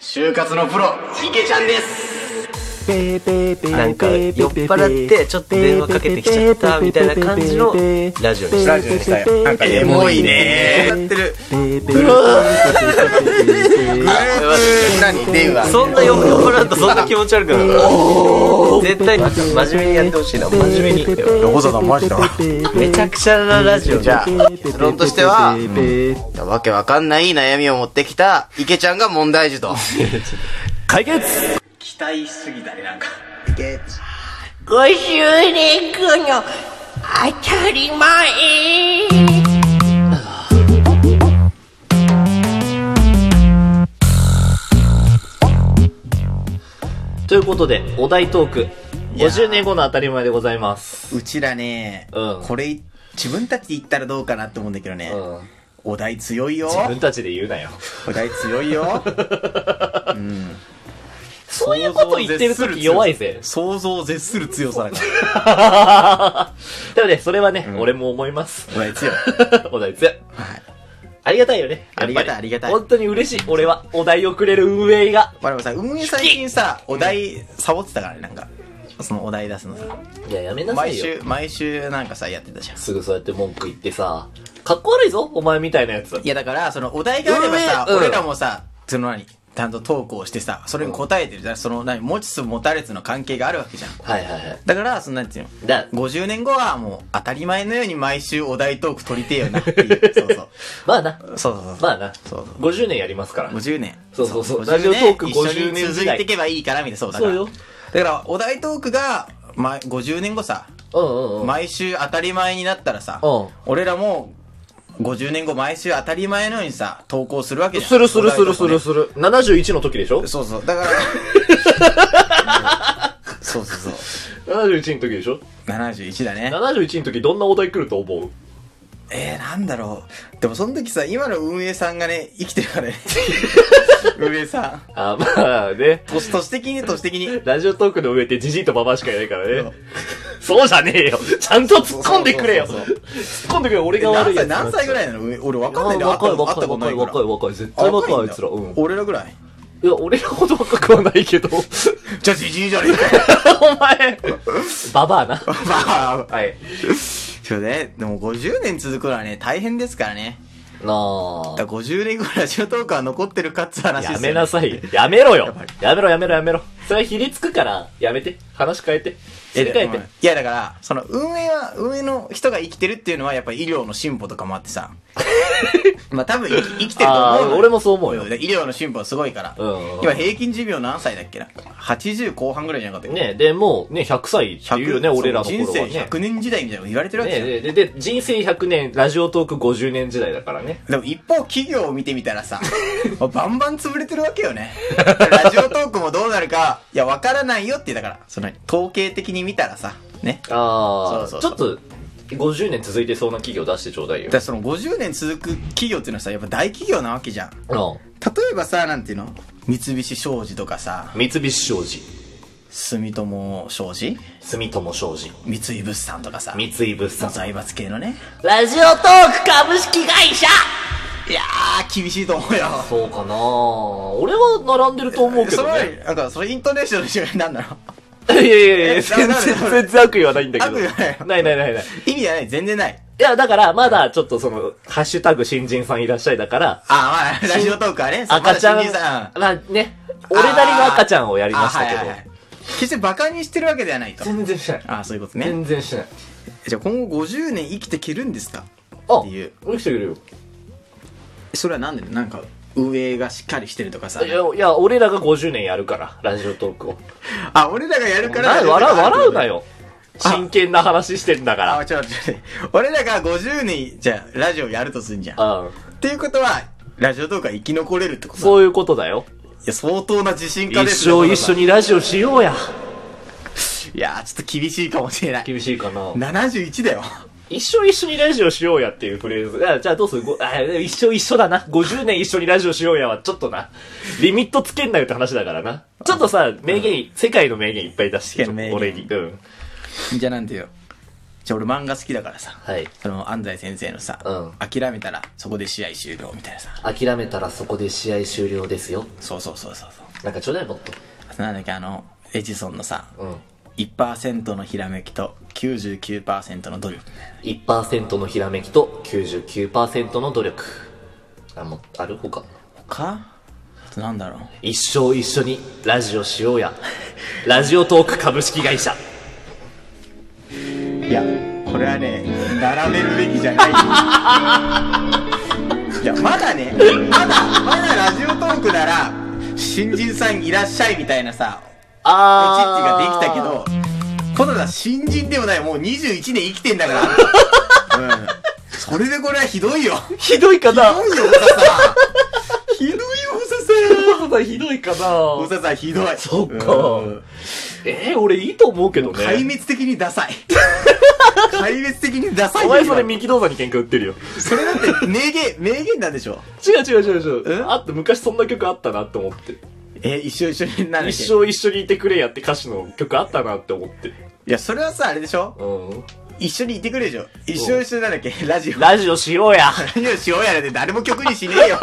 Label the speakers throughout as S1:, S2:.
S1: 就活のプロ池ちゃんです
S2: なんか酔っ払ってちょっと電話かけてきちゃったみたいな感じのラジオにした
S3: ラジオにしたよなんか
S1: エモいね
S3: やってる
S1: 何電話
S2: そんな酔っ払うとそんな気持ち悪くなる絶対真面目にやってほしいな真面目に
S3: 横澤さんマジだ
S2: めちゃくちゃなラジオ
S1: じゃあ結論としては
S4: うん
S1: わけわかんない悩みを持ってきた池ちゃんが問題児と
S4: 解決
S1: 期待しすぎたねなんか
S5: ご祝年後の当たり前
S2: ということでお題トーク50年後の当たり前でございます
S6: うちらね、
S2: うん
S6: これ、自分たちで言ったらどうかなって思うんだけどね、
S2: うん
S6: お題強いよ。
S2: 自分たちで言うなよ
S6: お題強い よ。
S2: そういうこと言ってる時弱いぜ
S6: 想像を絶する強さだから。
S2: でもねそれはね、俺も思います
S6: お題強い。
S2: お題強い、
S6: はい
S2: ありがたいよね
S6: ありがたい
S2: やっぱり
S6: ありがたい
S2: 本当に嬉しい俺はお題をくれる運営が
S6: まあでもさ、運営最近さ、お題サボってたからね、なんか。そのお題出すのさ。
S2: いややめなさ
S6: 毎
S2: いよ
S6: 週、毎週なんかさ、やってたじゃん。
S2: すぐそうやって文句言ってさかっこ悪いぞお前みたいなやつ
S6: いやだから、そのお題があればさ、
S2: 運営うん
S6: 俺らもさ、その何ちゃんと投稿してさ、それに答えてるじゃん。その何持ちつ持たれつの関係があるわけじゃん。
S2: はいはいはい
S6: だから、そのなんていうの
S2: だ
S6: 50年後はもう当たり前のように毎週お題トーク取りてえよなって いう。そうそう。
S2: まあな
S6: そうそうそう。
S2: まあな
S6: そうそう
S2: 50年やりますから
S6: 50年。
S2: そうそうそう
S6: 50
S2: ラジオトーク
S6: 一緒
S2: 50
S6: に
S2: 年
S6: 続
S2: 時代
S6: いていけばいいから、みたいな。そうだから。
S2: そうよ
S6: だから、お題トークが、ま、50年後さ、
S2: うんうんうん
S6: 毎週当たり前になったらさ
S2: うん、
S6: 俺らも、50年後毎週当たり前のようにさ、投稿するわけじゃん。
S2: するするするす
S6: お題
S2: る
S6: トークね
S2: する71の時でしょ
S6: そうそう。だから、そうそうそう。
S2: 71の時でしょ
S6: 71だね。
S2: 71の時どんなお題来ると思う
S6: えー、なんだろう。でもその時さ、今の運営さんがね、生きてるからね。運営さん。
S2: あまあね
S6: 都市都市的に都市的に。
S2: ラジオトークの上ってジジイとババアしかいないからね。そうじゃねえよ。ちゃんと突っ込んでくれよ。
S6: そう
S2: 突
S6: そ
S2: っ
S6: うそう
S2: 込んでくれよ。俺が悪
S6: 何
S2: いや
S6: 歳、
S2: つ。
S6: 何歳ぐらいなの運営俺わかんないんだよ。
S2: 若い
S6: 会った会
S2: 若い
S6: ったこと
S2: 若
S6: ないいから
S2: 若い若い。絶
S6: あ
S2: 対若いあ
S6: ん
S2: い
S6: だ
S2: つら。うん。
S6: 俺らぐらい。
S2: いや、俺らほど若くはないけど。
S6: じゃあ、じじいじゃねえか。
S2: お前。ババアな。
S6: まあ、
S2: はい。
S6: そうね。でも50年続くのはね、大変ですからね。
S2: なあ
S6: だから50年後ラジオトークは残ってるかっつう話です
S2: や
S6: よ、ね。
S2: めなさいよ。やめろよ。やめろやめろやめろ。それはひりつくから、やめて。話変えて。す
S6: え
S2: り
S6: で
S2: 替え
S6: も
S2: て
S6: い。やだから、その運営は、運営の人が生きてるっていうのはやっぱり医療の進歩とかもあって さ。まあ多分生き生きてると思う
S2: ああ、
S6: のよ
S2: 俺もそう思うよ。
S6: 医療の進歩はすごいから。
S2: うん
S6: 今平均寿命何歳だっけな ?80 後半ぐらいじゃなかったっけ
S2: ねで、もうね、100歳っていうよね、
S6: 100
S2: 俺らの
S6: そ
S2: 頃
S6: う人
S2: はね。
S6: 生100年時代みたいなこと言われてるわけじゃん。
S2: ねででで、人生100年、ラジオトーク50年時代だからね。
S6: でも一方企業を見てみたらさ、 バンバン潰れてるわけよね。ラジオトークもどうなるか、いや、わからないよって、だから、その、統計的に見たらさ、ね。
S2: ああ、
S6: そう
S2: ち
S6: そ
S2: ょ
S6: う
S2: っと、50年続いてそうな企業出してちょうだいよ
S6: だか。らその50年続く企業っていうのはさ、やっぱ大企業なわけじゃん。例
S2: う
S6: えばさ、なんていうの三菱商事とかさ、
S2: ん。三菱商事、
S6: 住友商事
S2: 住友商事、
S6: 三井物産とかさ、
S2: 三井物産。
S6: 財閥系のね。
S5: ラジオトーク株式会社
S6: いやー、厳しいと思うよ。
S2: そうかな俺は並んでると思うけ
S6: そ
S2: ど
S6: の前に
S2: ね。
S6: なんか、それイントネーションの違いなんだろう
S2: いやいやい
S6: え
S2: や、全
S6: なな
S2: 然、
S6: な
S2: 全然悪意はないんだけど。
S6: 悪意はない
S2: ないないないない。
S6: 意味はない、全然ない。
S2: いや、だから、まだちょっとその、ハッシュタグ新人さんいらっしゃいだから、
S6: あー、まあ、ラジオトークはね、そう
S2: 赤ちゃん、
S6: まだ新人さん
S2: まあね、俺なりの赤ちゃんをやりましたけ
S6: あ
S2: ど
S6: はい。はいはい決してバカにしてるわけではないと。
S2: 全然しない。
S6: ああ、そういうことね。
S2: 全然しない。
S6: じゃあ今後50年生きてけるんですか
S2: あ、
S6: っていう
S2: 生きてくれるよ。
S6: それはなんでなんか、運営がしっかりしてるとかさ
S2: い。や、いや俺らが50年やるから、ラジオトークを。
S6: あ、俺らがやるから。
S2: な笑う、笑うな
S6: よ。
S2: よ。真剣な話してんだ
S6: あ、
S2: か
S6: ちょ、ちょ、ちょ、俺らが50年、じゃあ、ラジオやるとすんじゃん。っ
S2: ら。うん。
S6: ていうことは、ラジオとか生き残れるってことだ
S2: そういうことだよ。
S6: いや、相当な自信家
S2: 一
S6: ですね
S2: 生一緒。にラジオしようや。
S6: そんなのいやー、ちょっと厳しいかもしれない。
S2: 厳しいかな。
S6: 71だよ。
S2: 一生一緒にラジオしようやっていうフレーズ。あじゃあどうするごあ一生一緒だな。50年一緒にラジオしようやはちょっとな。リミットつけんなよって話だからな。ちょっとさ、名言、世界の名言いっぱい出してきて、
S6: 世界の名言
S2: 俺に。うん。
S6: じゃあなんてよ。じゃあ俺漫画好きだからさ、
S2: はい
S6: その安西先生のさ、
S2: う
S6: 諦めたらそこで試合終了みたいなさ。
S2: 諦めたらそこで試合終了ですよ。
S6: そうそうそうそうそう。
S2: なんかちょうだいもっと。
S6: あとなんだっけ、あの、エジソンのさ、
S2: うん。
S6: 1%のひらめきと99%の努力。
S2: 1%のひらめきと99%の努力。あ、もう、あるほか。
S6: かあとなんだろう。
S2: 一生一緒にラジオしよう や。ラジオトーク株式会社。
S6: いや、これはね、並べるべきじゃ ない。いや、まだね、まだ、まだラジオトークなら、新人さんいらっしゃいみたいなさ、
S2: あ
S6: おちっちができたけど、このだ新人でもない、もう21年生きてんだ から。うん。それでこれはひどいよ。
S2: ひどいかな
S6: ひどいよ、おさ さん。ひどいよ、おささん。
S2: ひどいかな
S6: おささん、ひどい。
S2: そっか
S6: うん
S2: えー、俺いいと思うけど
S6: 壊
S2: ね。
S6: 滅的にダ サい。壊滅的にダサい
S2: お
S6: よ。
S2: 前それ幹動作に喧嘩売ってるよ。
S6: それだって名言、名言なんでしょ
S2: 違う違う違う違
S6: え
S2: う。あって昔そんな曲あったなって思って。
S6: え、一緒一緒になる
S2: 一生一緒にいてくれやって歌詞の曲あったなって思って。
S6: いや、それはさ、あれでしょ
S2: うん。
S6: 一緒にいてくれでしょ一緒一緒になんだっけラジオ。ラ
S2: ラジオしようや。
S6: ジオしようやらで誰も曲にしねえよ。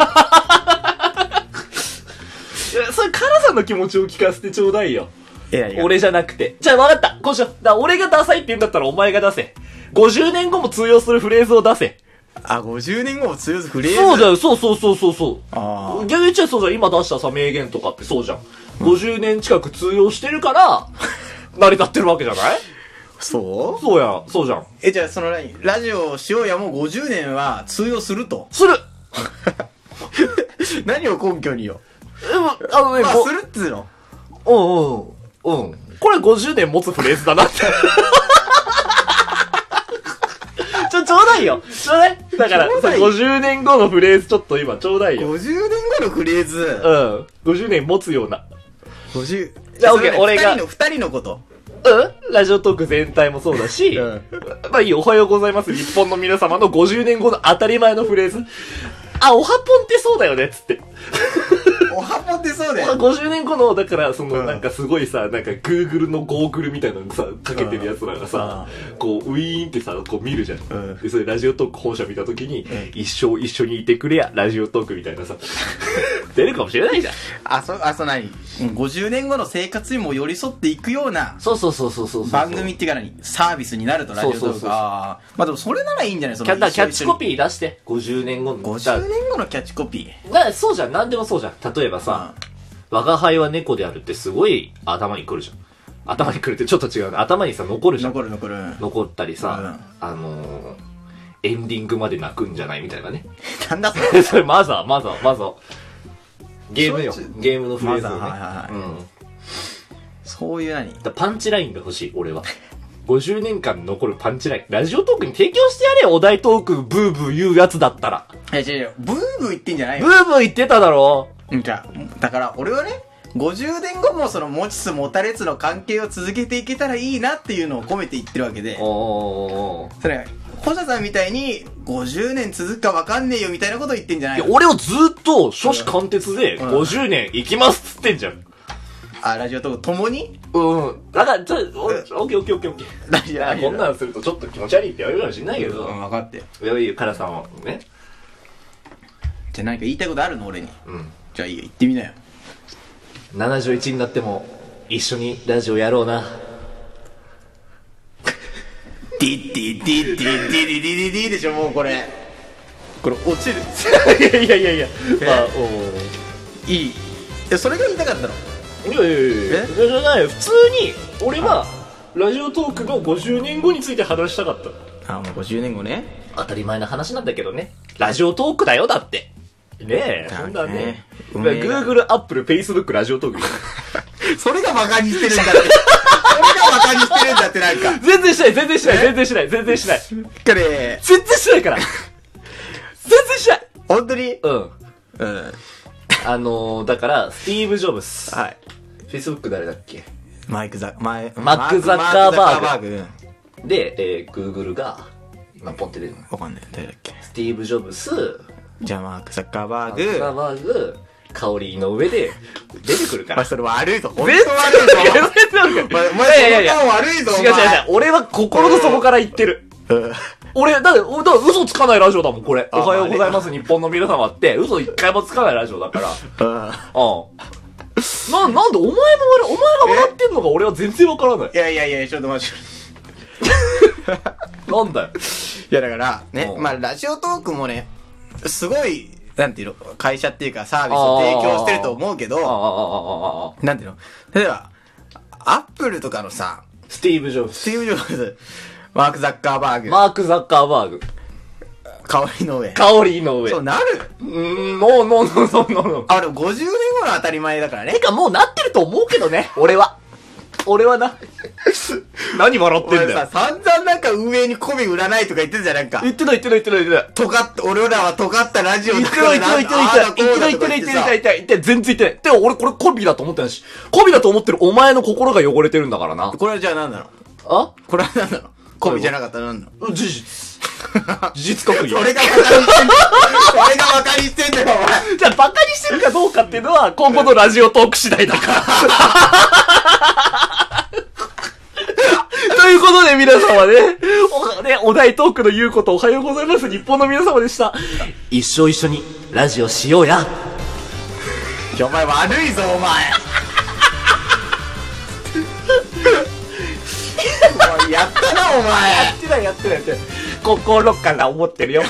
S2: えそれ、カラさんの気持ちを聞かせてちょうだいよ。
S6: いやいや、
S2: 俺じゃなくて。じゃあ分かった。こうしよう。だから俺がダサいって言うんだったらお前が出せ。50年後も通用するフレーズを出せ。
S6: あ、50年後も通用するフレーズ。
S2: そうだよ、そうそうそうそうそう。
S6: あー
S2: 逆に言っちゃそうじゃん。今出したさ、名言とかってそうじゃん。50年近く通用してる から、成り立ってるわけじゃない
S6: そう
S2: そうやん、そうじゃん。。
S6: え、じゃあそのライン、ラジオしようやもう50年は通用すると
S2: する
S6: 何を根拠によ。
S2: でも、あのね、
S6: まあ、
S2: ご
S6: するっつうの。
S2: うんうん。うん。これ50年持つフレーズだ なって。ちょ、ちょうだいよ。ちょうだい。だから、
S6: ちょう
S2: さ
S6: だい
S2: 50年後のフレーズちょっと今ちょうだいよ。
S6: 50年後のフレー
S2: う
S6: ズ。
S2: ん。50年持つような。
S6: 50。
S2: じゃあ
S6: それはね
S2: OK 俺
S6: 二
S2: が
S6: 人の、二人のこと。
S2: うんラジオトーク全体もそうだし、
S6: うん
S2: まあいい、おはようございます。日本の皆様の50年後の当たり前のフレーズ。あ、おはぽんってそうだよね、つって。
S6: おはぽってそうだよ。
S2: 50年後の、だから、その、
S6: うん
S2: なんかすごいさ、なんか Google のゴーグルみたいなのさ、かけてるやつらがさ、こう、ウィーンってさ、こう見るじゃん。
S6: うん
S2: で、それラジオトーク本社見たときに、一生一緒にいてくれや、ラジオトークみたいなさ、 出るかもしれないじゃん。
S6: あ、そ、あ、そ、なに ?50 年後の生活にも寄り添っていくような
S2: そうそうそうそうそうそう。
S6: 番組っていうか何サービスになるとラジオ
S2: そ
S6: と
S2: うそうそうそう
S6: か。まあでもそれならいいんじゃないそ
S2: キ
S6: の
S2: ャだからキャッチコ
S6: ー。
S2: ピー出して、50年後の。
S6: 50年後のキャッチコピ
S2: だからそうじゃん、なんでもそうじゃん。例えばさ、我輩は猫であるってすごい頭に来るじゃん。頭に来るってちょっと違うな。頭にさ、残る
S6: ー。
S2: じゃん。
S6: 残る残る。
S2: 残ったりさ、あのー、エンディングまで泣くんじゃないみたいなね。
S6: なんだそれ。
S2: それマザー、マザー、マザー。ゲームよ
S6: そう。
S2: ゲームのフレーズをね。
S6: マザーはいはい
S2: うん。
S6: そういう何
S2: だからパンチラインが欲しい、俺は。50年間残るパンチライン。ラジオトークに提供してやれよ、お題トークブーブー言うやつだったら。
S6: いや違う違う。ブーブー言ってんじゃない
S2: ブ
S6: よ。
S2: ーブー言ってただろ
S6: うんじゃあだから俺はね、50年後もその持ちつ持たれつの関係を続けていけたらいいなっていうのを込めて言ってるわけで。
S2: おー。
S6: それ、小社さんみたいに50年続くかわかんねえよみたいなこと言ってんじゃないい
S2: や
S6: の、
S2: 俺をずっと、書子貫徹で、50年行きますっつってんじゃん。
S6: あ、ラジオと共に
S2: うん。だから、ちょ、おオッケーオッケーオッケーオッケー。
S6: ラジオ
S2: いや、こんなんするとちょっと気持ち悪いって言われるかもしんないけど。
S6: うん、分かってよ。
S2: いや、いいよ、カラさんはね。
S6: じゃあ何か言いたいことあるの俺に。
S2: うん。
S6: じゃあいいよ、言ってみなよ。
S2: 71になっても、一緒にラジオやろうな。
S6: ディディディディディディディディでしょ、もうこれ。これ落ちる。
S2: いやいやいやいや。まあ、お
S6: いい。いや、それが言いたかったの。
S2: ーいやいやいやいや。
S6: え
S2: じゃない、普通に、俺は、ラジオトークの50年後について話したかった。
S6: あ、もう50年後ね。
S2: 当たり前な話なんだけどね。ラジオトークだよ、だって。ねえ、そんなね。
S6: だね
S2: Google、Apple、Facebook、ラジオトーク。
S6: それが馬鹿にしてるんだって。それが馬鹿にしてるんだって、なんか。
S2: 全然しない、全然しない、全然しない、 全然しない。
S6: これ、
S2: 全然しないから。全然しない。
S6: 本当に
S2: うん。
S6: うん。
S2: あのー、だから、スティーブ・ジョブス。
S6: はい。
S2: Facebook 誰だっけ
S6: マイクザ、マイ
S2: マックザッカーバーグ
S6: マックザッカーバーグ。
S2: で、えー、Google が、今ポンって出るの。
S6: わかんない。誰だっけ
S2: スティーブ・ジョブス、
S6: じゃあマークザッカーバ
S2: マーク・ザッカーバーグ、香りの上で出てくるか
S6: お前
S2: ら。
S6: それ悪いぞ。本
S2: 全
S6: 当
S2: 然
S6: 悪いぞ。
S2: なん
S6: お前、お
S2: いやい
S6: 前、
S2: やいや
S6: その感悪いぞ。
S2: 違う違う違う
S6: お前。
S2: 俺は心の底から言ってる。俺、だって、だから嘘つかないラジオだもん、これ。おはようございます、日本の皆様って、嘘一回もつかないラジオだから。 うん。な、なんで、お前も俺、お前が笑ってんのか俺は全然わからない
S6: い。やいやいや、ちょっと待って。
S2: なんだよ。
S6: いやだから、ね
S2: う、ん
S6: まあラジオトークもね、すごい、なんていうの、会社っていうかサービスを提供してると思うけ
S2: ああ、あ
S6: ど、
S2: あ、ああ。
S6: なんていうの、例えば、アップルとかのさ、
S2: スティーブ・ジョブズ。
S6: スティーブ・ジョブズ、マーク・ザッカーバーグ、
S2: マーク・ザッカーバーグ。
S6: 香りの上。
S2: 香りの上。
S6: そう
S2: う
S6: なる
S2: ーん、ノーノーノーノーノーノー。
S6: あれ50年後の当たり前だからね
S2: て。かもうなってると思うけどね、俺は。俺はな。何笑ってん
S6: 俺
S2: だ
S6: さ、
S2: よ。
S6: 散々なんか上に媚び売らないとか言ってたじゃん、なんか。
S2: 言ってない言ってない言ってない言ってない。
S6: 尖った、俺らは尖ったラジオ
S2: 言
S6: だ
S2: って
S6: か
S2: な
S6: ら
S2: い
S6: な
S2: 言ってない言ってない言ってない言ってない言ってない言ってない言ってない言ってない全然言ってない。でも俺これコビだと思ってないし、コビだと思ってるお前の心が汚れてるんだからな。
S6: これはじゃあ何なの
S2: あ
S6: これは何なの媚びじゃなかったら何なの
S2: 事実。事実 確認。
S6: 俺がバカにしてんだよ俺がバカにしてんだよ、お前
S2: じゃあバカにしてるかどうかっていうのは今後のラジオトーク次第だ から。ということで皆様ね、お、ね、お題トークの言うことおはようございます日本の皆様でした。一生一緒にラジオしようや。
S6: いやお前悪いぞお前お前やったなお前
S2: やってないやってないやってない。心から思ってるよ。